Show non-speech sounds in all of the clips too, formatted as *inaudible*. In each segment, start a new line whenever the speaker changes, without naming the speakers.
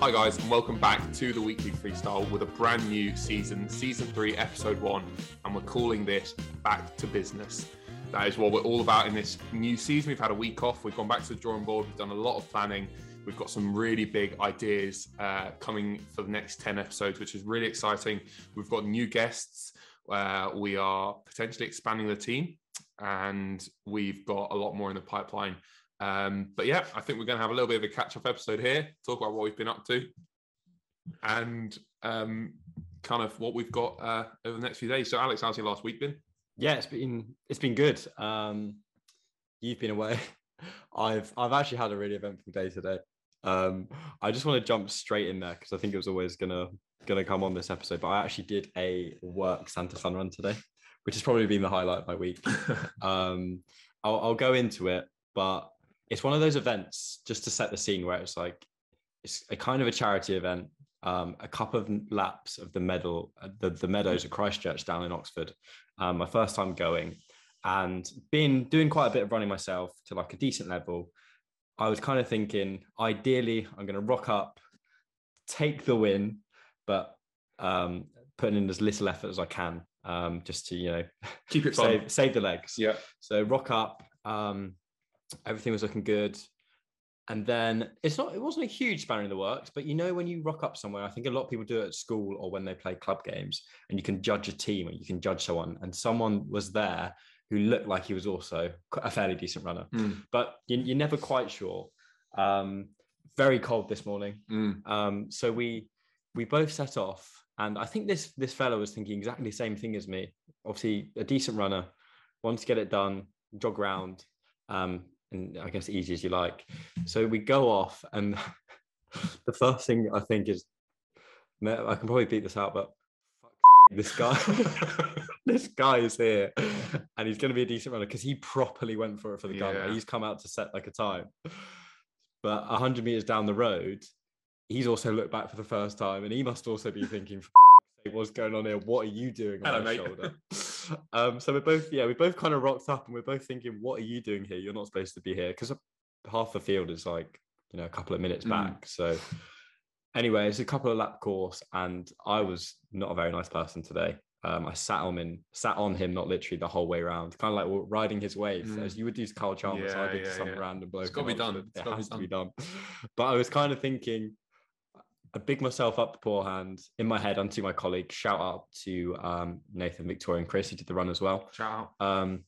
Hi, guys, and welcome back to the Weekly Freestyle with a brand new season, season three, episode one. And we're calling this Back to Business. That is what we're all about in this new season. We've had a week off, we've gone back to the drawing board, we've done a lot of planning. We've got some really big ideas uh, coming for the next 10 episodes, which is really exciting. We've got new guests. Uh, we are potentially expanding the team, and we've got a lot more in the pipeline. Um, but yeah, I think we're going to have a little bit of a catch up episode here, talk about what we've been up to and um, kind of what we've got uh, over the next few days. So, Alex, how's your last week been?
Yeah, it's been it's been good. Um, you've been away. *laughs* I've I've actually had a really eventful day today. Um, I just want to jump straight in there because I think it was always gonna gonna come on this episode. But I actually did a work Santa Fun run today, which has probably been the highlight of my week. um, I'll, I'll go into it, but it's one of those events just to set the scene where it's like it's a kind of a charity event. Um, a couple of laps of the medal, uh, the, the meadows at Christchurch down in Oxford. Um, my first time going, and been doing quite a bit of running myself to like a decent level. I was kind of thinking, ideally, I'm going to rock up, take the win, but um, putting in as little effort as I can, um, just to you know
Keep it fun.
save save the legs.
Yeah.
So rock up. Um, everything was looking good. And then it's not, it wasn't a huge spanner in the works, but you know, when you rock up somewhere, I think a lot of people do it at school or when they play club games and you can judge a team or you can judge someone. And someone was there who looked like he was also qu- a fairly decent runner,
Mm,
but you, you're never quite sure. Um, very cold this morning.
mm.
Um, so we we both set off, and I think this this fellow was thinking exactly the same thing as me. Obviously, a decent runner, wants to get it done, jog round, um, and I guess easy as you like. So we go off, and *laughs* the first thing I think is, no, I can probably beat this out, but fuck's sake, this guy. *laughs* This guy is here and he's going to be a decent runner because he properly went for it for the gun.
Yeah.
He's come out to set like a time. But 100 meters down the road, he's also looked back for the first time, and he must also be thinking, "For f***ing sake, "What's going on here? What are you doing on
Hello,
my
mate."
shoulder?"
*laughs*
um, so we're both, yeah, we both kind of rocked up, and we're both thinking, "What are you doing here? You're not supposed to be here." Because half the field is like, you know, a couple of minutes
Mm. *laughs*
back. So anyway, it's a couple of lap course, and I was not a very nice person today. Um, I sat on him, sat on him, not literally the whole way around, kind of like riding his wave,
Mm.
as you would do to Carl Chalmers. I
Yeah,
did to
yeah,
some
yeah.
random bloke.
It's gotta
in
be done.
Oxford.
It's
It
gotta be
has to be done. But I was kind of thinking, I big myself up beforehand in my head unto my colleague. Shout out to um, Nathan, Victoria, and Chris who did the run as well.
Shout out.
Um,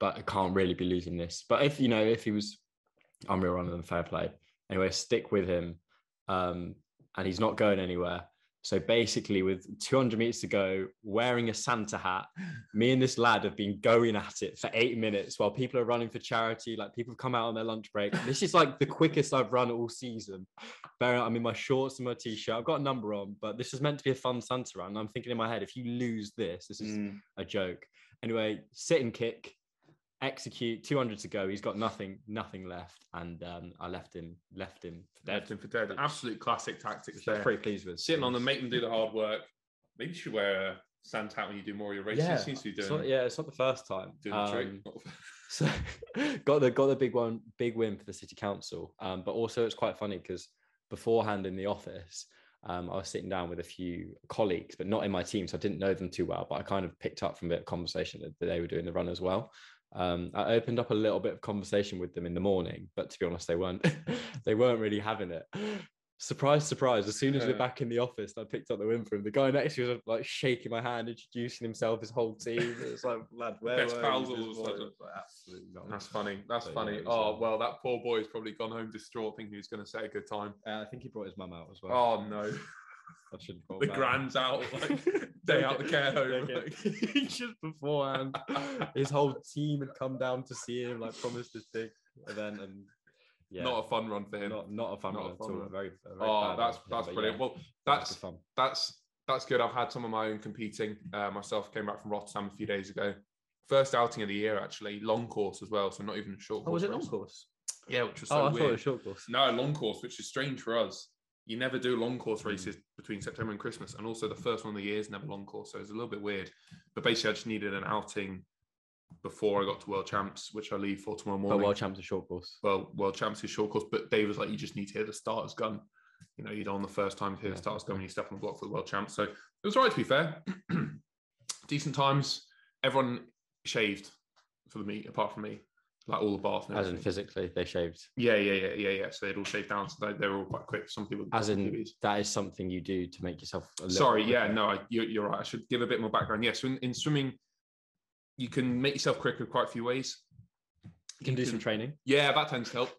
but I can't really be losing this. But if you know, if he was unreal running than fair play, anyway, stick with him. Um, and he's not going anywhere. So basically, with 200 meters to go, wearing a Santa hat, me and this lad have been going at it for eight minutes while people are running for charity. Like people have come out on their lunch break. This is like the quickest I've run all season. Bear in mind, I'm in my shorts and my t-shirt. I've got a number on, but this is meant to be a fun Santa run. And I'm thinking in my head, if you lose this, this is
Mm.
a joke. Anyway, sit and kick, execute. 200 to go. He's got nothing, nothing left, and um, I left him, left him for dead.
Left him for dead. Absolute classic tactics
Which I'm
there.
pretty pleased with.
Sitting on them, make them do the hard work. Maybe you should wear a sand hat when you do more of your races.
Yeah,
It seems to be
It's
doing,
not, yeah, it's not the first time.
doing the trick.
Um, so *laughs* got the got the big one big win for the city council um, but also it's quite funny because beforehand in the office um, i was sitting down with a few colleagues but not in my team so i didn't know them too well but i kind of picked up from a bit of conversation that, that they were doing the run as well um, i opened up a little bit of conversation with them in the morning but to be honest they weren't *laughs* they weren't really having it surprise surprise as soon as we're
Yeah.
back in the office i picked up the win for him the guy next to me was like shaking my hand introducing himself his whole team it's like lad where
Best
were you
pals
this
all of a
morning?"
sudden.
It's like, absolutely
*laughs*
not.
That's funny. That's
So, Um, yeah,
funny.
it was,
oh,
um,
well, that poor boy's probably gone home distraught thinking he was going to set a good time.
Uh, I think he brought his mum out as well.
Oh, no.
I should have brought
Oh, The
him out. *laughs*
grand's out, like, day out the care home.
Take
*laughs*
it. Just beforehand, *laughs* his whole team had come down to see him, like promised this big event, and yeah,
Not a fun run for him.
not, not a fun
not a
one at
fun
all.
one.
Very, a very
oh,
bad
that's
one for him,
that's
but
brilliant.
yeah,
Well,
that was
that's
good fun.
that's that's good. I've had some of my own competing. Uh, myself came back from Rotterdam a few days ago. First outing of the year, actually, long course as well. So not even a short
Oh,
course. race.
course?
Yeah, which was so
Oh, I
weird.
thought it was short course.
No, long course, which is strange for us. You never do long course
Hmm.
races between September and Christmas, and also the first one of the year is never long course, so it's a little bit weird. But basically, I just needed an outing before I got to World Champs, which I leave for tomorrow
But
morning.
world champs are short course.
well, World Champs is short course, but Dave was like, you just need to hear the starter's gun. you know, you'd on the first time Pierce starts going, you step on the block for the world champ. So it was all right, to be fair. *clears throat* Decent times. Everyone shaved for the meet, apart from me, like all the bath. and
As in
everything.
physically, they shaved.
Yeah, yeah, yeah, yeah, yeah. So they'd all shaved down. So they, they were all quite quick. Some people.
As in-
babies.
That is something you do to make yourself. A little
Sorry,
bit
yeah,
quicker.
no, I, you're, you're right. I should give a bit more background. Yeah, so in, in swimming, you can make yourself quicker quite a few ways.
You can do some
can-
training.
Yeah, that tends to help.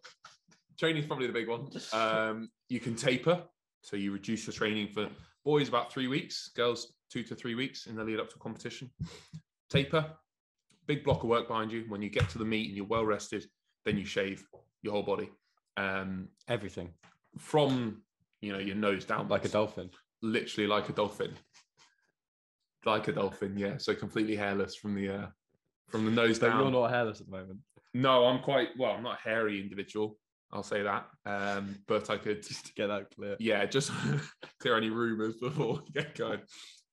Training's probably the big one. Um, you can taper, so you reduce your training for boys about three weeks, girls two to three weeks in the lead up to competition. Taper, big block of work behind you. When you get to the meet and you're well rested, then you shave your whole body um,
Everything
from you know your nose down,
like a dolphin.
literally like a dolphin, like a dolphin. Yeah, so completely hairless from the uh, from the nose
But
down.
you're not hairless at the moment.
No, I'm quite well. I'm not a hairy individual. I'll say that. Um, but I could,
Just to get that clear.
yeah, just *laughs* clear any rumors before we get going.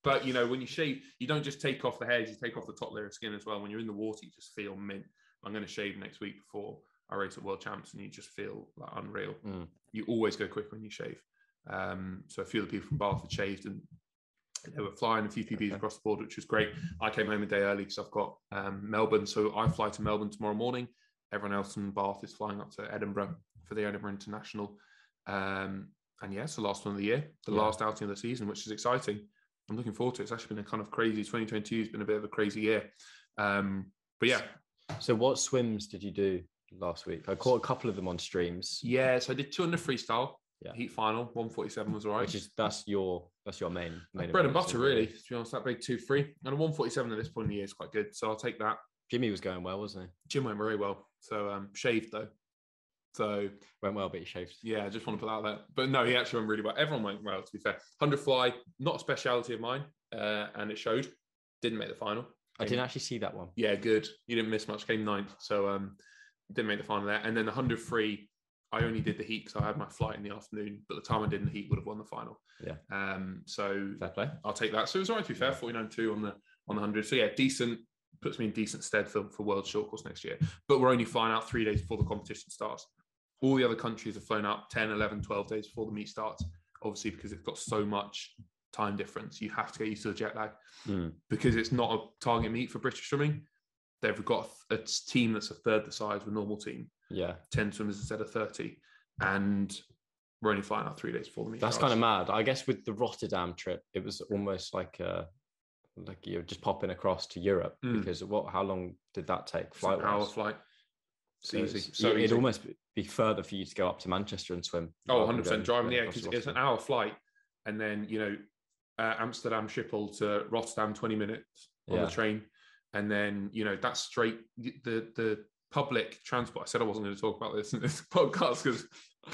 But you know, when you shave, you don't just take off the hairs; you take off the top layer of skin as well. When you're in the water, you just feel mint. I'm going to shave next week before I race at World Champs, and you just feel like unreal.
Mm.
You always go quick when you shave. Um, so a few of the people from Bath had shaved, and they were flying a few PBs
Okay.
across the board, which was great. I came home a day early because I've got um, Melbourne, so I fly to Melbourne tomorrow morning. Everyone else in Bath is flying up to Edinburgh for the Edinburgh International. Um, and yeah, it's the last one of the year, the
Yeah.
last outing of the season, which is exciting. I'm looking forward to it. It's actually been a kind of crazy 2022 has been a bit of a crazy year. Um, but yeah,
So, what swims did you do last week? I caught a couple of them on streams,
yeah, so I did 200 freestyle,
Yeah.
heat final, 147 was all right.
which is that's your that's your main, main
bread and
event,
butter,
isn't it?
really, to be honest. That big 2 3 and a 147 at this point in the year is quite good. So I'll take that.
Jimmy was going well, wasn't he?
Jim went very well. So um, shaved though. So
Went well, but he shaved.
yeah, I just want to put that out there. But no, he actually went really well. Everyone went well, to be fair. 100 fly, not a speciality of mine, uh, and it showed. Didn't make the final.
I didn't actually see that one.
Yeah, good. You didn't miss much. Came ninth, so um, didn't make the final there. And then the 100 free, I only did the heat because I had my flight in the afternoon. But the time I did in the heat would have won the final.
Yeah.
Um. So
Fair play.
I'll take that. So it was all right to be fair, 49-2 on the on the hundred. So yeah, decent puts me in decent stead for, for world short course next year. But we're only flying out three days before the competition starts. All the other countries have flown out 10, 11, 12 days before the meet starts, obviously because it's got so much time difference. You have to get used to the jet lag
Mm.
because it's not a target meet for British swimming. They've got a team that's a third the size of a normal team,
Yeah,
10 swimmers instead of 30. And we're only flying out three days before the meet.
that's
starts.
kind of mad. I guess with the Rotterdam trip, it was almost like uh like you're just popping across to Europe
Mm.
because what? How long did that take?
It's an
Flight
hour flight. It's easy. So
it'd
easy.
almost be- be further for you to go up to Manchester and swim.
Oh,
rather than
100 percent
going-
driving.
going
Yeah,
across
because
to
it's an
Rotterdam.
hour flight, and then you know, uh, Amsterdam Schiphol to Rotterdam, twenty minutes on
Yeah.
the train, and then you know that's straight the the public transport. I said I wasn't going to talk about this in this *laughs* podcast because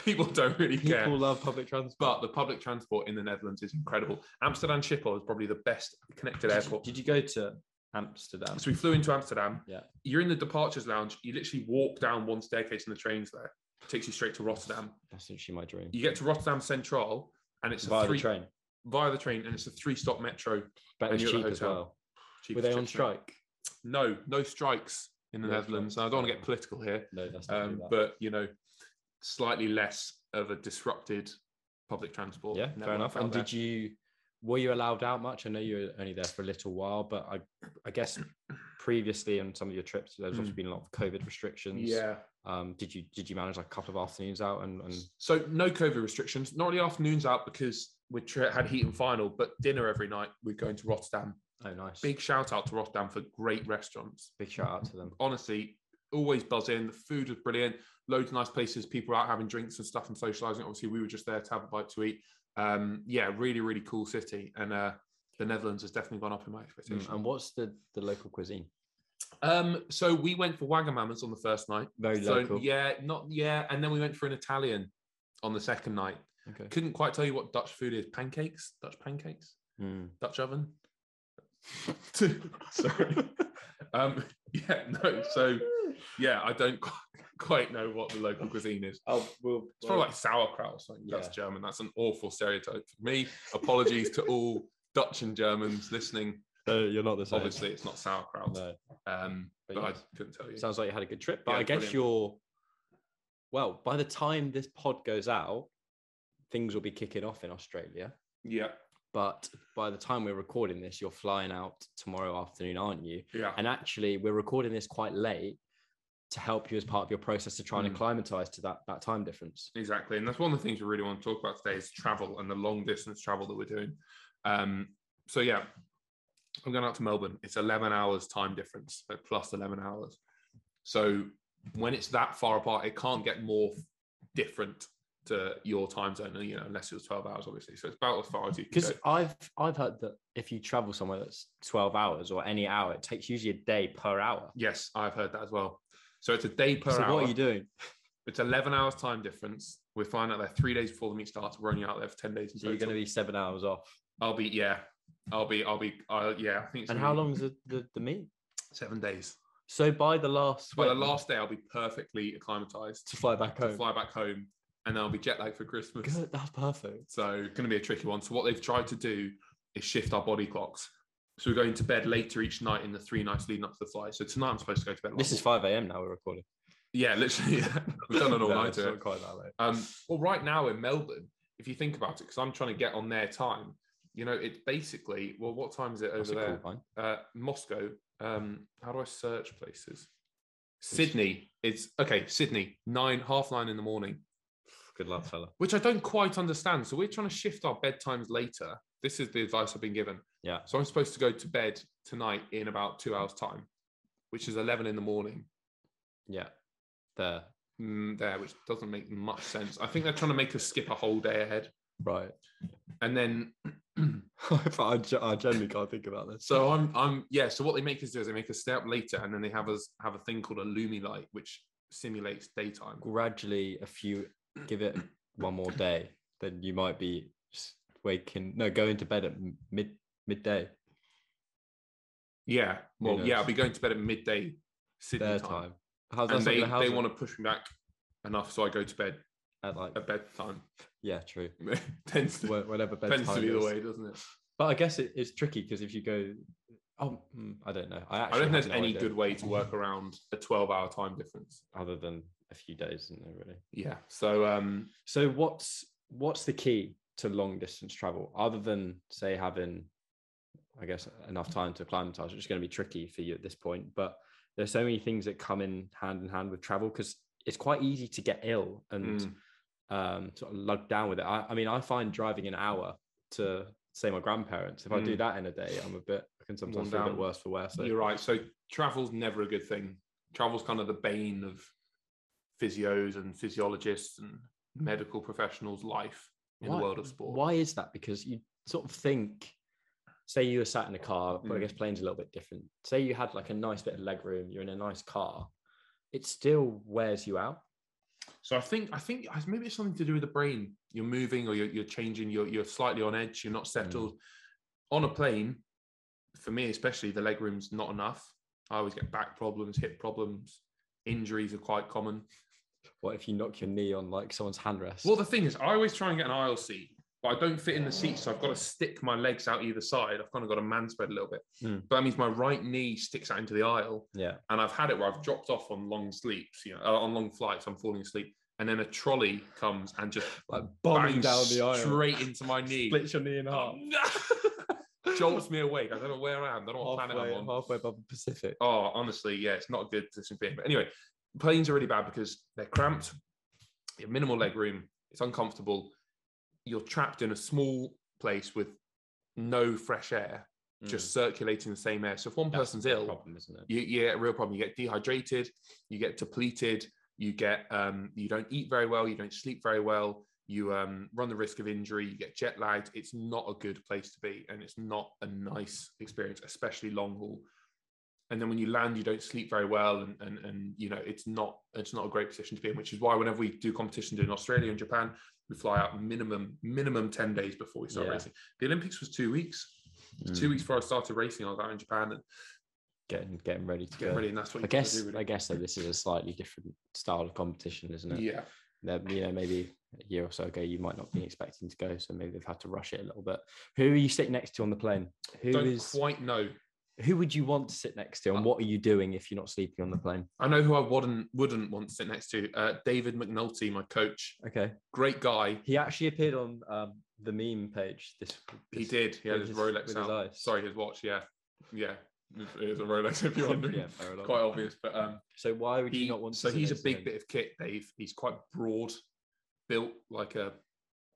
people don't really care.
People love public transport.
but the public transport in the Netherlands is incredible. Amsterdam Schiphol is probably the best connected
Did you-
airport.
Did you go to Amsterdam?
So we flew into Amsterdam.
Yeah.
You're in the departures lounge. You literally walk down one staircase and the train's there. takes you straight to Rotterdam.
That's actually my dream.
You get to Rotterdam Central and it's
Via
a three
the train,
via the train, and it's a three-stop metro.
but
and
it's
you're at
cheap
the
as
hotel.
well.
cheap
Were
as
they
chips
on
now.
strike?
No, no strikes in the
No
Netherlands.
strikes,
And I don't want to
no.
get political here,
No, that's not
um, but you know, slightly less of a disrupted public transport.
yeah, fair
network
enough.
out
And
there.
did you were you allowed out much? I know you were only there for a little while, but I I guess previously on some of your trips, there's also
Mm.
been a lot of COVID restrictions.
Yeah.
Um, did you did you manage like a couple of afternoons out and, and
So no COVID restrictions. Not really afternoons out because we tra- had heat and final, but dinner every night. We're going to Rotterdam.
oh nice
Big shout out to Rotterdam for great restaurants.
big shout out to them.
honestly, always buzz in. The food was brilliant. Loads of nice places. People out having drinks and stuff and socializing. Obviously, we were just there to have a bite to eat. Um, yeah, really, really cool city. And uh, the Netherlands has definitely gone up in my
Mm,
expectation.
And what's the the local cuisine?
Um, so we went for Wagamama's on the first night.
Very
So
local.
yeah, not yeah, and then we went for an Italian on the second night.
Okay.
Couldn't quite tell you what Dutch food is. Pancakes, Dutch pancakes,
Mm.
Dutch
*laughs*
oven. Sorry. um, yeah, no. So yeah, I don't *laughs* qu- quite know what the local cuisine is.
oh well,
It's probably like sauerkraut or something.
Yeah.
That's German. That's an awful stereotype for me. Apologies to all Dutch and Germans listening.
*laughs* uh, you're not the same.
Obviously, it's not sauerkraut,
No.
um,
But
but I
yes.
couldn't tell you.
Sounds like you had a good trip, but
Yeah,
I guess
brilliant.
you're well. By the time this pod goes out, things will be kicking off in Australia.
Yeah.
But by the time we're recording this, you're flying out tomorrow afternoon, aren't you?
Yeah.
And actually, we're recording this quite late to help you as part of your process to try and
Mm.
acclimatize to that that time difference.
Exactly. And that's one of the things we really want to talk about today is travel and the long distance travel that we're doing. Um, so yeah, I'm going out to Melbourne. It's 11 hours time difference, so plus 11 hours. So when it's that far apart, it can't get more different to your time zone, you know, unless it was 12 hours, obviously. So it's about as far as you can
Because
go.
I've I've heard that if you travel somewhere that's 12 hours or any hour, it takes usually a day per hour.
Yes, I've heard that as well. So it's a day per
so
hour.
what are you doing?
It's 11 hours time difference. We're flying out there three days before the meet starts. We're only out there for 10 days. in
So you're
total.
going to be seven hours off.
I'll be, yeah. I'll be, I'll be, uh, yeah. I think it's gonna
And how
be
long is the, the, the meet?
Seven days.
So by the last
By the
swim,
last day, I'll be perfectly acclimatized
to fly back
to
home.
fly back home, and then I'll be jet lagged for Christmas.
Good, that's perfect.
So it's going to be a tricky one. So what they've tried to do is shift our body clocks. So we're going to bed later each night in the three nights leading up to the flight. So tonight I'm supposed to go to bed. at, like,
This is 5 a.m. now we're recording.
yeah, *laughs* literally. We've done an all
*laughs* No,
night
it's
to
not
it.
quite that late.
Um, well, right now in Melbourne, if you think about it, because I'm trying to get on their time, you know, it's basically well, what time is it
That's
over
a cool
there?
one.
uh, Moscow. Um, how do I search places? Sydney. It's okay. Sydney nine half nine in the morning,
Good luck, fella.
which I don't quite understand. So we're trying to shift our bedtimes later. This is the advice I've been given.
Yeah.
So I'm supposed to go to bed tonight in about two hours time, which is eleven in the morning.
Yeah. There.
Mm, there, which doesn't make much sense. I think they're trying to make us skip a whole day ahead,
Right.
and then.
*laughs*
*clears throat*
I, ge- I generally can't think about this.
So I'm, I'm, yeah. So what they make us do is they make us stay up later, and then they have us have a thing called a Lumi light, which simulates daytime.
gradually a few give it one more day then you might be s- waking no going to bed at m- mid midday
Yeah. Well, yeah, I'll
knows?
be going to bed at midday Sydney
their
time.
time, how's that
And they,
how's
they want to push me back enough so I go to bed
to
*laughs*
at like
at bedtime.
yeah true
tends to,
Wh- whatever bedtime
tends to be the
is.
way, doesn't it?
but i guess it, it's tricky because if you go oh mm, i don't know i,
I
actually
don't think
have
there's
no
any
idea,
good way to work around a 12 hour time difference.
other than a few days isn't there really
Yeah. So, um,
so what's what's the key to long distance travel other than say having I guess enough time to acclimatize, which is going to be tricky for you at this point. But there's so many things that come in hand in hand with travel because it's quite easy to get ill and
mm,
um, sort of lugged down with it. I, I mean, I find driving an hour to say my grandparents, if I do
Mm.
that in a day, I'm a bit I can sometimes
Worn
feel a
down.
bit worse for wear. So
you're right. So, travel's never a good thing. Travel's kind of the bane of physios and physiologists and medical professionals' life in
Why-
the world of sport.
Why is that? Because you sort of think, say you were sat in a car, but I
Mm.
guess planes a little bit different. Say you had like a nice bit of leg room, you're in a nice car, it still wears you out.
So I think I think I- maybe it's something to do with the brain. You're moving or you're, you're changing. You're you're slightly on edge. You're not settled. On a plane, for me especially, the leg room's not enough. I always get back problems, hip problems, injuries are quite common.
What if you knock your knee on like someone's handrest?
Well, the thing is, I always try and get an aisle seat, but I don't fit in the seat, so I've got to stick my legs out either side. I've kind of got a man spread a little bit,
Mm.
but that means my right knee sticks out into the aisle,
yeah.
and I've had it where I've dropped off on long sleeps, you know, uh, on long flights. I'm falling asleep, and then a trolley comes and just
Like bombing
bang
down the aisle.
straight into my knee.
Splits your knee in
*laughs*
half. *laughs*
Jolts me awake. I don't know where I am. I don't know what planet
halfway,
I'm on.
halfway above the Pacific.
Oh, honestly, yeah, it's not a good position for him. But anyway, planes are really bad because they're cramped, you have minimal leg room, it's uncomfortable. You're trapped in a small place with no fresh air, just circulating the same air. So if one
Hmm. Mm. That's
person's
the
ill,
problem, isn't it?
you, you get a real problem. You get dehydrated, you get depleted, you get um, you don't eat very well, you don't sleep very well, you um, run the risk of injury, you get jet lagged. It's not a good place to be, and it's not a nice experience, especially long haul. And then when you land, you don't sleep very well, and and and you know it's not it's not a great position to be in. Which is why whenever we do competitions in Australia and Japan, we fly out minimum minimum ten days before we start
Yeah.
racing. The Olympics was two weeks.
Mm.
Two weeks before I started racing, I was out in Japan and
Getting getting ready to
getting
go.
ready, and that's what
I
you gotta
guess
do, really.
I guess that this is a slightly different style of competition, isn't it?
Yeah.
that you know maybe a year or so ago you might not be expecting to go so maybe they've had to rush it a little bit who are you sitting next to on the plane Who is
Don't quite Uh, know.
Who would you want to sit next to, and what are you doing if you're not sleeping on the plane?
I know who I wouldn't wouldn't want to sit next to. Uh, David McNulty, my coach,
Okay,
great guy.
he actually appeared on um, the meme page. This,
He
this-
did. He had
with
his
his-
Rolex
with his
out.
eyes.
Sorry, his watch. Yeah, yeah. It is a Rolex. If you're wondering,
*laughs* *laughs* Yeah, fair enough.
quite obvious. But um,
So why would
he-
you not want?
so
to sit
he's a
next to
big
him?
bit of kit, Dave. He's quite broad, built like a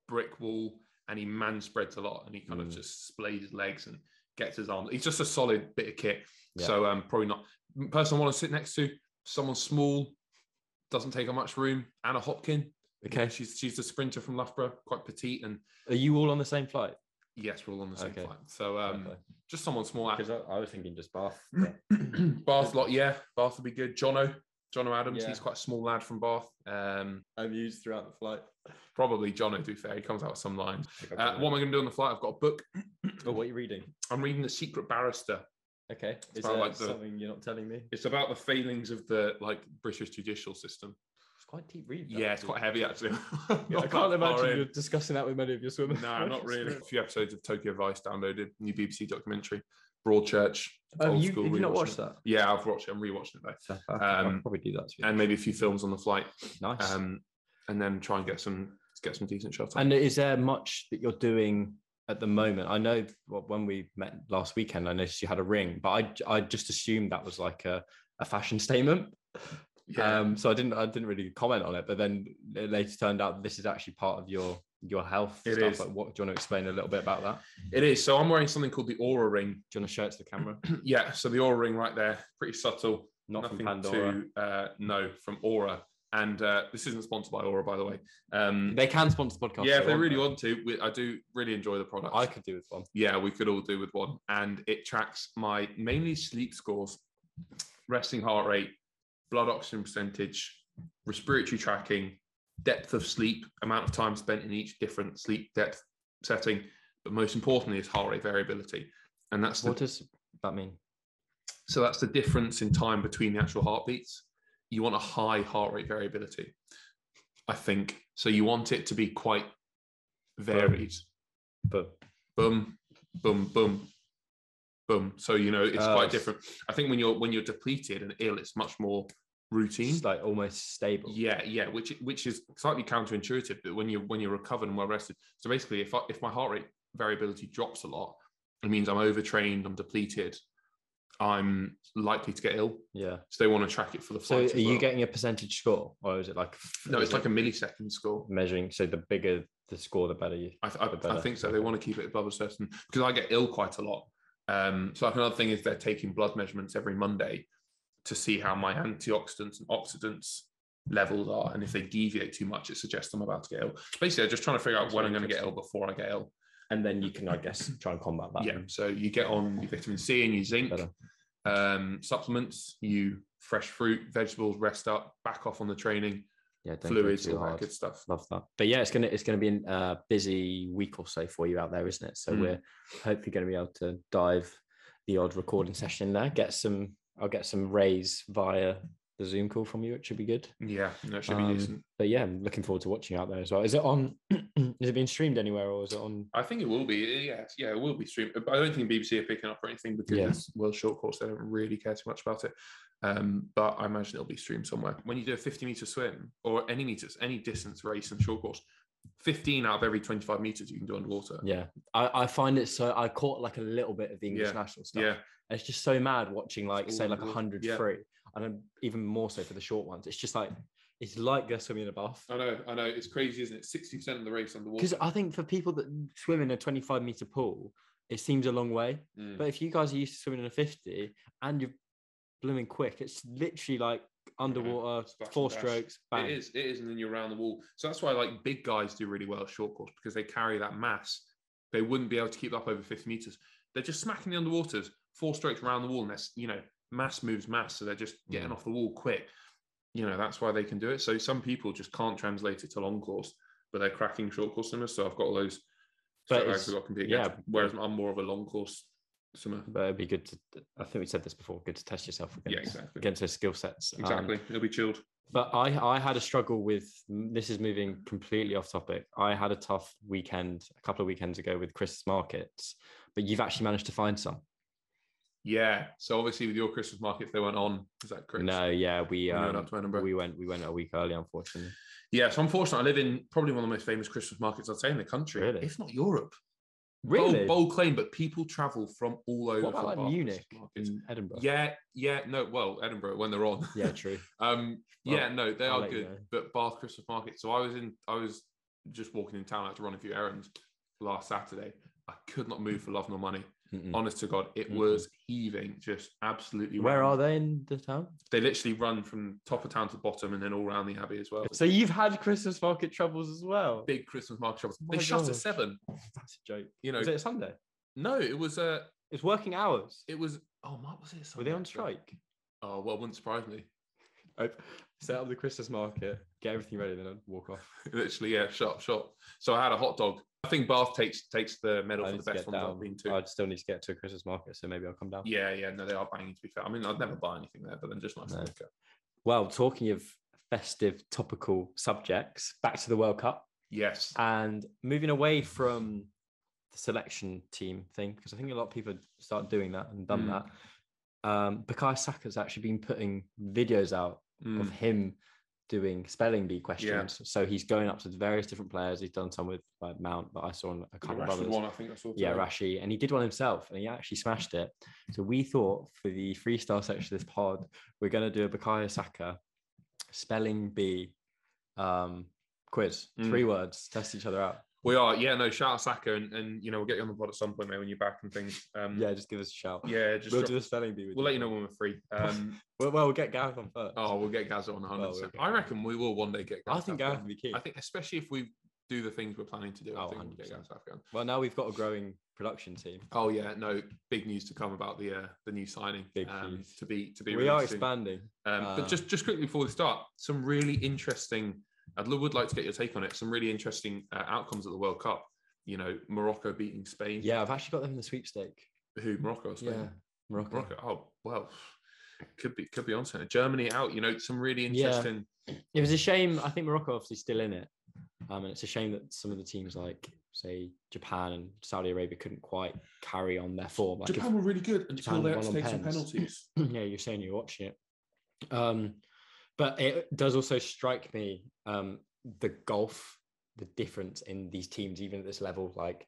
brick wall, and he man spreads a lot, and he kind of
Mm.
just splays his legs and gets his arms. He's just a solid bit of kit.
Yeah.
So um, probably not person I want to sit next to. Someone small, doesn't take up much room. Anna Hopkin.
Okay,
She's she's the sprinter from Loughborough, quite petite, and
are you all on the same flight?
yes, we're all on the same
Okay.
flight. So um,
Okay.
just someone small.
Because I, I was thinking
*laughs*
just Bath.
Bath lot, yeah. Bath would be good. Jono, Jono Adams,
Yeah.
he's quite a small lad from Bath. Um,
I'm used throughout the flight.
probably Jono, to be fair, he comes out with some lines. Uh, what am I going to do on the flight? I've got a book.
oh, what are you reading?
I'm reading The Secret Barrister.
Okay, is
about
there
like the-
something you're not telling me?
It's about the failings of the like British judicial system.
It's quite deep reading.
yeah, it's quite heavy actually. *laughs* Not
Yeah, I can't
that far
imagine
in.
you're
*laughs*
discussing that with many of your swimmers.
No,
*laughs*
not really. A few episodes of Tokyo Vice downloaded, new BBC documentary, Broadchurch.
Um,
old
you,
school
have you not
rewatching
watched that?
Yeah, I've watched it. I'm rewatching it though. Um,
I'll probably do that.
And maybe a few films on the flight.
*laughs* nice.
Um, and then try and get some get some decent shots. on.
and is there much that you're doing at the moment? I know well, when we met last weekend, I noticed you had a ring, but I I just assumed that was like a, a fashion statement.
Yeah.
Um, so I didn't I didn't really comment on it, but then it later turned out this is actually part of your your health
It
stuff.
is.
Like, what do you want to explain a little bit about that?
it is. So I'm wearing something called the Aura Ring. *clears throat*
Do you want to show it to the camera?
yeah. So the Aura Ring right there, pretty subtle.
Not
nothing
from Pandora.
to uh, no from Aura. And uh, this isn't sponsored by Aura, by the way. Um,
They can sponsor podcasts.
yeah, if they really
though.
want to, we, I do really enjoy the product.
I could do with one.
yeah, we could all do with one. And it tracks my mainly sleep scores, resting heart rate, blood oxygen percentage, respiratory tracking, depth of sleep, amount of time spent in each different sleep depth setting, but most importantly is heart rate variability. And that's the,
What does that mean?
so that's the difference in time between the actual heartbeats. You want a high heart rate variability, I think. So you want it to be quite varied.
But
boom, boom, boom, boom. So you know it's
Oh,
quite
it's-
different. I think when you're when you're depleted and ill, it's much more routine.
it's like almost stable.
Yeah, yeah, which which is slightly counterintuitive, but when you when you're recovered and well rested. So basically, if I, if my heart rate variability drops a lot, it means I'm overtrained, I'm depleted, I'm likely to get ill.
Yeah.
So they want to track it for the
So are
flight. as
you
well.
getting a percentage score, or is it like
No,
is
it's
it
like a millisecond score.
measuring? So the bigger the score, the better you.
I, th- I-
the
I,
better.
think so. They want to keep it above a certain because I get ill quite a lot. Um, so like another thing is they're taking blood measurements every Monday to see how my antioxidants and oxidants levels are, and if they deviate too much, it suggests I'm about to get ill. Basically, they're just trying to figure out
That's
when I'm going to get ill
interesting.
before I get ill.
And then you can, I guess, try and combat that.
Yeah. So you get on your vitamin C and your zinc
Better.
um, supplements. You fresh fruit, vegetables, rest up, back off on the training,
yeah don't go
fluids,
too
all that
hard.
good stuff.
Love that. But yeah, it's gonna it's gonna be a busy week or so for you out there, isn't it? So
Mm.
we're hopefully gonna be able to dive the odd recording session in there. Get some. I'll get some rays via the Zoom call from you. It should be good.
Yeah, that should be
Um,
decent.
But yeah, I'm looking forward to watching you out there as well. Is it on? *clears throat* is it being streamed anywhere, or is it on?
I think it will be. Yeah, it's- yeah, it will be streamed. But I don't think BBC are picking up or anything because
Yeah.
it's world short course. They don't really care too much about it. Um, but I imagine it'll be streamed somewhere. When you do a 50 meter swim or any meters, any distance race and short course, 15 out of every 25 meters you can do underwater.
Yeah, I, I find it so. I caught like a little bit of the English
Yeah,
national stuff.
Yeah,
And it's just so mad watching like
all
say
on
like a
board.
hundred
Yeah.
free, and then even more so for the short ones. It's just like it's like they're swimming in a bath.
I know. I know. It's crazy, isn't it? 60% of the race
Because
underwater.
I think for people that swim in a twenty-five meter pool, it seems a long way.
Mm.
But if you guys are used to swimming in a fifty and you're blooming quick, it's literally like underwater,
splash and
four
dash.
strokes, bang.
It is. It is. And then you're around the wall. So that's why like big guys do really well at short course because they carry that mass. They wouldn't be able to keep up over 50 meters. They're just smacking the underwaters, four strokes around the wall. And that's, you know, mass moves mass. So they're just getting
Mm.
off the wall quick. You know, that's why they can do it. So some people just can't translate it to long course, but they're cracking short course swimmers. So I've got all those
But
straight legs
it's-
I've got to compete
yeah.
against. Whereas I'm more of a long course swimmer.
But it'd be good to. I think we said this before. Good to test yourself against
Yeah, exactly.
against those skill sets. Um,
Exactly. It'll be chilled.
But I, I had a struggle with this is moving completely off topic. I had a tough weekend a couple of weekends ago with Chris's markets, but you've actually managed to find some.
Yeah. So obviously with your Christmas markets, they went on. Is that correct?
No, yeah, we
You went
um,
up to Edinburgh.
we went we went a week early, unfortunately.
yeah. So unfortunately, I live in probably one of the most famous Christmas markets I'd say in the country,
Really?
if not Europe.
Really?
Bold, bold claim, but people travel from all over.
what
for
about like
Bath
Munich
Christmas markets.
and Edinburgh?
Yeah, yeah, no, well, Edinburgh when they're on.
yeah, true.
*laughs* Um,
Well,
yeah, no, they
I'll
are
let you
good.
know.
But Bath Christmas Market. So I was in, I was just walking in town. I had to run a few errands last Saturday. I could not move for love nor money.
Mm-mm.
Honest to God, it
Mhm.
was heaving, just absolutely.
Where are
round.
they in the town?
They literally run from top of town to bottom, and then all around the abbey as well.
So you've had Christmas market troubles as well.
Big Christmas market shops.
Oh My
They shut at
gosh.
seven.
That's a joke.
You know,
Was it a Sunday?
no, it was uh,
It's working hours.
it was. Oh, Mark, was it?
Were
Sunday,
they on
actually?
strike?
Oh well, wouldn't surprise me. *laughs*
I'd set up the Christmas market, get everything ready, then I'd walk off.
Literally, yeah, shop, shop. So I had a hot dog. I think Bath takes takes the medal
I
for
need
the
to
best
get
ones I've been to.
down. I'd still need to get to a Christmas market, so maybe I'll come down.
Yeah, yeah, no, they are banging. To be fair, I mean, I'd never buy anything there, but then just nice to
No.
look at.
Well, talking of festive topical subjects, back to the World Cup
Yes,
and moving away from the selection team thing, because I think a lot of people start doing that and
Mm.
done that. Um, Bukayo Saka's actually been putting videos out of
Mm,
him doing spelling bee questions. So he's going up to various different players. He's done some with like Mount, but I saw on a
the
couple of
Rashford
others.
one, I think I saw.
Yeah,
today.
Rashi, and he did one himself, and he actually smashed it. So we thought for the freestyle section of this pod, we're gonna do a Bukayo Saka spelling bee um, quiz.
Mm.
Three words, test each other out.
We are, yeah, no, shout out Saka, and, and you know we'll get you on the pod at some point, mate, when you're back and things. Um,
Yeah, just give us a shout.
yeah, just
we'll
drop-
do a spelling bee. With
we'll let you know when we're free.
*laughs*
Um,
Well, well, we'll get Gareth on first.
oh, we'll get Gazza on 100.
Well, we'll get
I reckon we will one day get.
I
Gaz
think
Afghan.
Gareth would be key.
I think, especially if we do the things we're planning to do, I
Oh,
think we'll get
100%.
Gaz Afghan.
Well, now we've got a growing production team.
Oh yeah, no, big news to come about the uh, the new signing.
Big
um,
news.
to be to be.
We are
released soon.
expanding.
Um,
Uh,
but just just quickly before we start, some really interesting. I would like to get your take on it. Some really interesting uh, outcomes at the World Cup. You know, Morocco beating Spain.
Yeah, I've actually got them in the sweepstake.
Who Morocco? Or Spain?
Yeah, Morocco.
Morocco. Oh well, could be could be on something. Germany out. You know, some really
Yeah.
interesting.
It was a shame. I think Morocco obviously still in it, um, and it's a shame that some of the teams like say Japan and Saudi Arabia couldn't quite carry on their form. Like if-
Japan were really good until
Japan
they had
won
to
on
take some
pens.
penalties.
*clears throat* yeah, you're saying you're watching it, um, but it does also strike me um, the gulf, the difference in these teams, even at this level. Like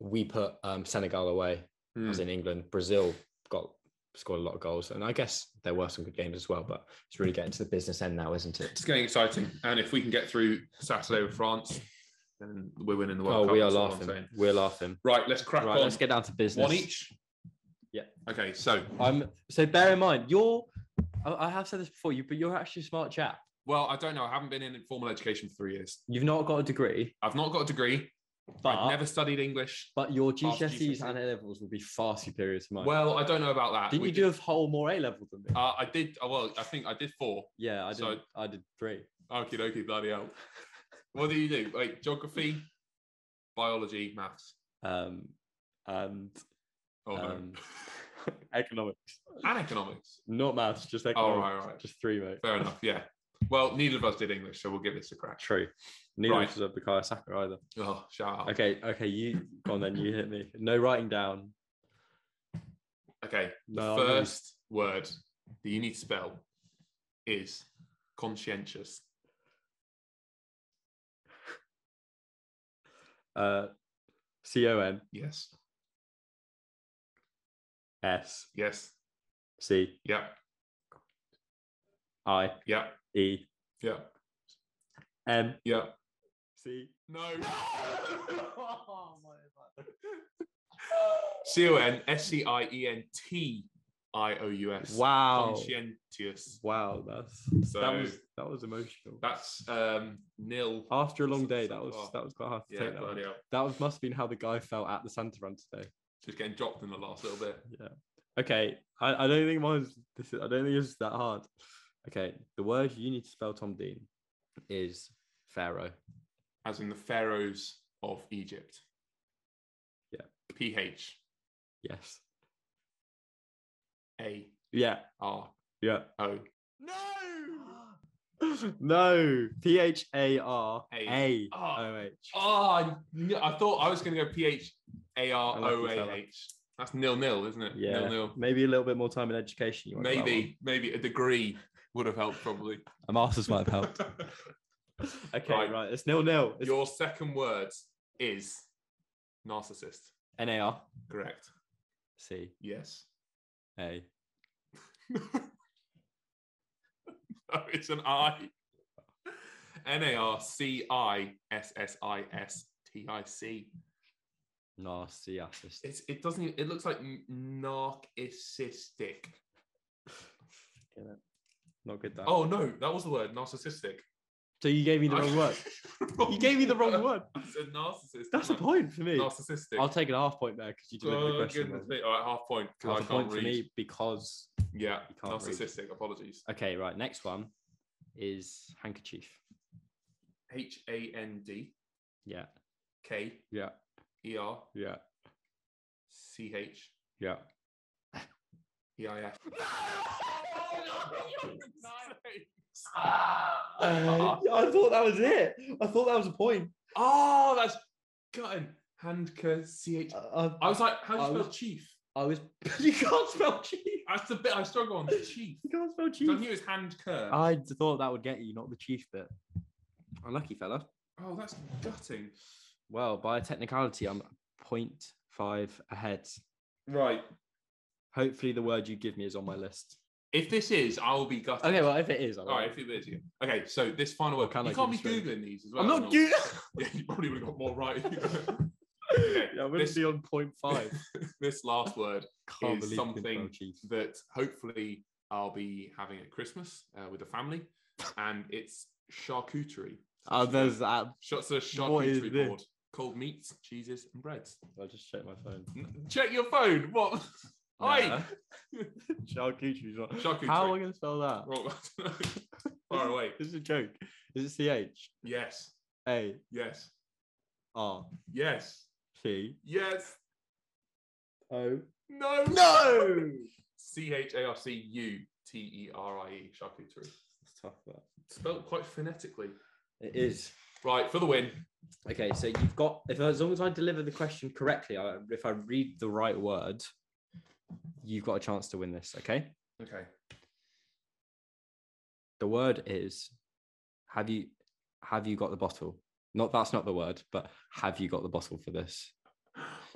we put um, Senegal away, as
Mm.
in England. Brazil got scored a lot of goals, and I guess there were some good games as well. But it's really getting to the business end now, isn't it?
It's getting exciting, and if we can get through Saturday with France, then we're winning the World
oh,
Cup.
we are
that's all I'm
laughing.
saying.
We're laughing.
Right, let's crack
Right,
on.
let's get down to business.
One each.
Yeah.
Okay, so
I'm so bear in mind you're. I I have said this before, you but you're actually a smart chap.
Well, I don't know. I haven't been in formal education for three years.
You've not got a degree,
I've not got a degree.
but
I've never studied English.
but your
passed
GCSEs
GCSE.
E and A levels will be far superior to mine.
E. Well, I don't know about that.
didn't
We
you do a whole more A level than me?
Uh, I did. oh, Well, I think I did four.
yeah, I did.
so-
I did three.
Okie dokie, bloody hell. What do you do? Wait, geography, biology, maths.
Um, and
Oh no,
um, *laughs* economics,
and economics.
not maths, just
Oh
economics.
right, right.
Just three, mate.
Fair enough. Yeah. Well, neither of us did English, so we'll give this a crack.
True. Neither
Right.
of us are Bukayo Saka either.
Oh, shout out. Okay.
Okay, okay, you go on then. You hit me. No writing down. No, I'm gonna be-
First word that you need to spell is conscientious.
Uh, C O N
Yes.
S
Yes.
C
Yeah.
I
Yeah.
E
Yeah.
M
Yeah.
C.
No. C O N S C I E N T I O U S.
Wow.
Conscientious.
Wow, that's that
So-
was that was emotional.
That's um, nil.
After a long day,
so
that was
far.
that was quite hard to
yeah,
Oh, take. That, one.
bloody hell.
that was must have been how the guy felt at the Santa run today.
Just getting dropped in the last little bit.
Yeah. Okay, I, I don't think mine's this. Is, I don't think it's that hard. Okay, the word you need to spell Tom Dean is Pharaoh.
As in the pharaohs of Egypt.
Yeah.
P H
Yes.
A
Yeah.
R
Yeah.
O.
No. *gasps* no. P H A R A O H.
Oh, I I thought I was going to go P H A R O A H. That's nil nil, isn't it?
Yeah.
Nil nil.
Maybe a little bit more time in education. You want for that one.
Maybe, maybe a degree would have helped probably.
a master's might have *laughs* helped. *laughs*
*laughs*
okay,
Right.
right. It's nil nil. It's
Your second word is narcissist.
NAR.
Correct.
C
Yes. *laughs*
A.
No, it's an I. N A R C I S S I S T I C.
Nasty assist.
It's it doesn't. even- It looks like n- narcissistic.
Not good that.
Oh no, that was the word narcissistic.
So you gave me the
I- *laughs*
wrong word. You gave me the wrong word.
I said narcissist.
That's a
didn't I?
point for me.
Narcissistic.
I'll take an half point there because you delivered the
Oh,
question.
goodness
wrong.
me. All right, half point. 'cause I
Half a
can't
point for
read.
me because.
Yeah,
You can't read.
narcissistic. Apologies.
Okay, right. Next one is handkerchief.
H A N D
Yeah,
K
yeah,
E R
yeah,
C H
yeah.
E I F.
Uh, *laughs* I thought that was it. I thought that was a point.
*laughs* Oh, that's gotten Handker C H.
I,
I was like, how do you
I
spell
was-
chief?
I was. *laughs* you can't spell chief.
That's the bit I struggle on. Chief.
You can't spell
So I
chief. Ah,
knew it was Handker.
I d- thought that would get you, not the chief bit. Unlucky fella.
oh, that's gutting.
Well, by a technicality, I'm 0.5 ahead.
Right.
Hopefully, the word you give me is on my list.
If this is, I will be gutted.
Okay, well, if it is, I
All right, if it is, yeah. Okay, so this final word.
Can I
you can't be
give you
googling these as well.
I'm not
googling.
good.
*laughs* Yeah, you probably would have got *laughs* more right.
*laughs* yeah, I'm going
This-
to be on 0.5.
this last word
*laughs* Can't
Is
believe
something-
Goodwill Chief.
that hopefully I'll be having at Christmas uh, with the family, and it's charcuterie.
Oh, there's that.
shots of
What is
charcuterie
this?
board, cold meats, cheeses, and breads.
I just checked my phone.
N- Check your phone. What? *laughs*
*laughs*
Oi!
Charcuterie's not.
Charcuterie.
How am I going to spell that?
Wrong. *laughs* Far away.
This is a joke. Is it C H
Yes.
A
Yes.
R
Yes.
T
Yes.
O?
No.
No!
C H A R C U T E R I E. Charcuterie.
It's tough, but
Spelled quite phonetically.
it is.
Right for the win.
Okay, so you've got if as long as I deliver the question correctly, I, if I read the right word, you've got a chance to win this. Okay,
Okay.
the word is have you have you got the bottle? Not that's not the word, but have you got the bottle for this?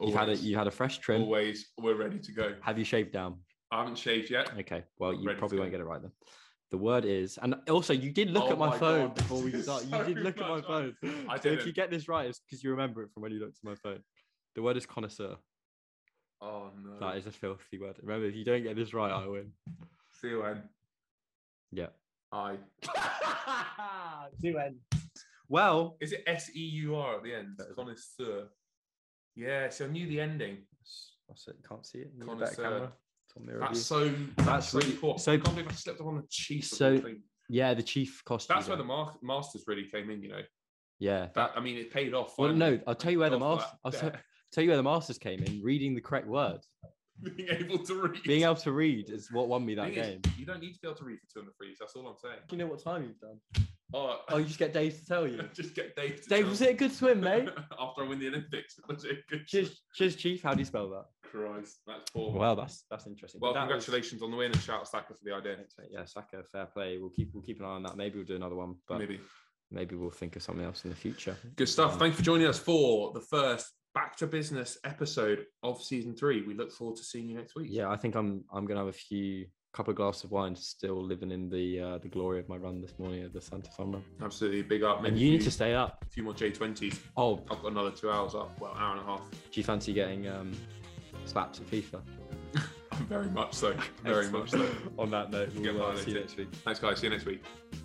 You had a you had a fresh trim.
Always, we're ready to go.
Have you shaved down?
I haven't shaved yet.
Okay. Well, you
Ready to
probably
go.
won't get it right then. The word is, and also you did look
Oh
at my,
my
phone
God,
before we
this is
started.
so
you did look at my
much.
phone.
I
so if you
didn't.
get this right, it's because you remember it from when you looked at my phone. The word is connoisseur.
Oh no.
That is a filthy word. Remember, if you don't get this right, I win.
C O N.
Yeah. *laughs*
I.
Two N. Well,
Is it S E U R at the end?
That is-
Connoisseur. Yeah, so I knew the ending.
that's it. Can't see it. Need a better
Connoisseur.
camera. It's on mirror view.
That's so.
That's
so
really-
poor.
so-
I can't believe I slipped up on the chief. of
so-
all things.
Yeah, the chief costume.
that's where the mar- masters really came in. You know,
yeah.
that I mean, it paid off.
Well,
finally.
no, I'll tell you where the
Got
mas-
that
I'll tell-
debt.
tell you where the masters came in. Reading the correct word,
*laughs* being able to read.
being able to read, is what won me that
Thing is,
game.
you don't need to be able to read for two and the threes. That's all I'm saying.
you know what time you've done?
Oh, *laughs*
Oh, you just get Dave to tell you.
just get Dave. To
*laughs* Dave,
tell
was
me.
it a good swim, mate?
*laughs* After I win the Olympics, *laughs* was it good?
*laughs* cheers, cheers, Chief. How do you spell that?
Christ, that's poor. Well,
Wow, that's that's interesting. But that was-
congratulations on the win and shout out Saka for the idea.
Yeah, Saka, fair play. We'll keep we'll keep an eye on that. Maybe we'll do another one, but maybe,
Maybe
we'll think of something else in the future.
good stuff.
Um,
Thank you for joining us for the first back to business episode of season three. We look forward to seeing you next week.
Yeah, I think I'm I'm gonna have a few couple of glasses of wine. Still living in the uh, the glory of my run this morning at the Santa Fama.
absolutely. Big up.
And
Maybe
you
a
need
few,
to stay up.
a few more J20s.
Oh,
I've got another two hours up. Well, hour and a half. *laughs*
do you fancy getting um, slapped at FIFA?
Very much so. Very much so.
*laughs* On that note,
Get
we'll uh, see you
violated.
next week.
Thanks, guys. See you next week.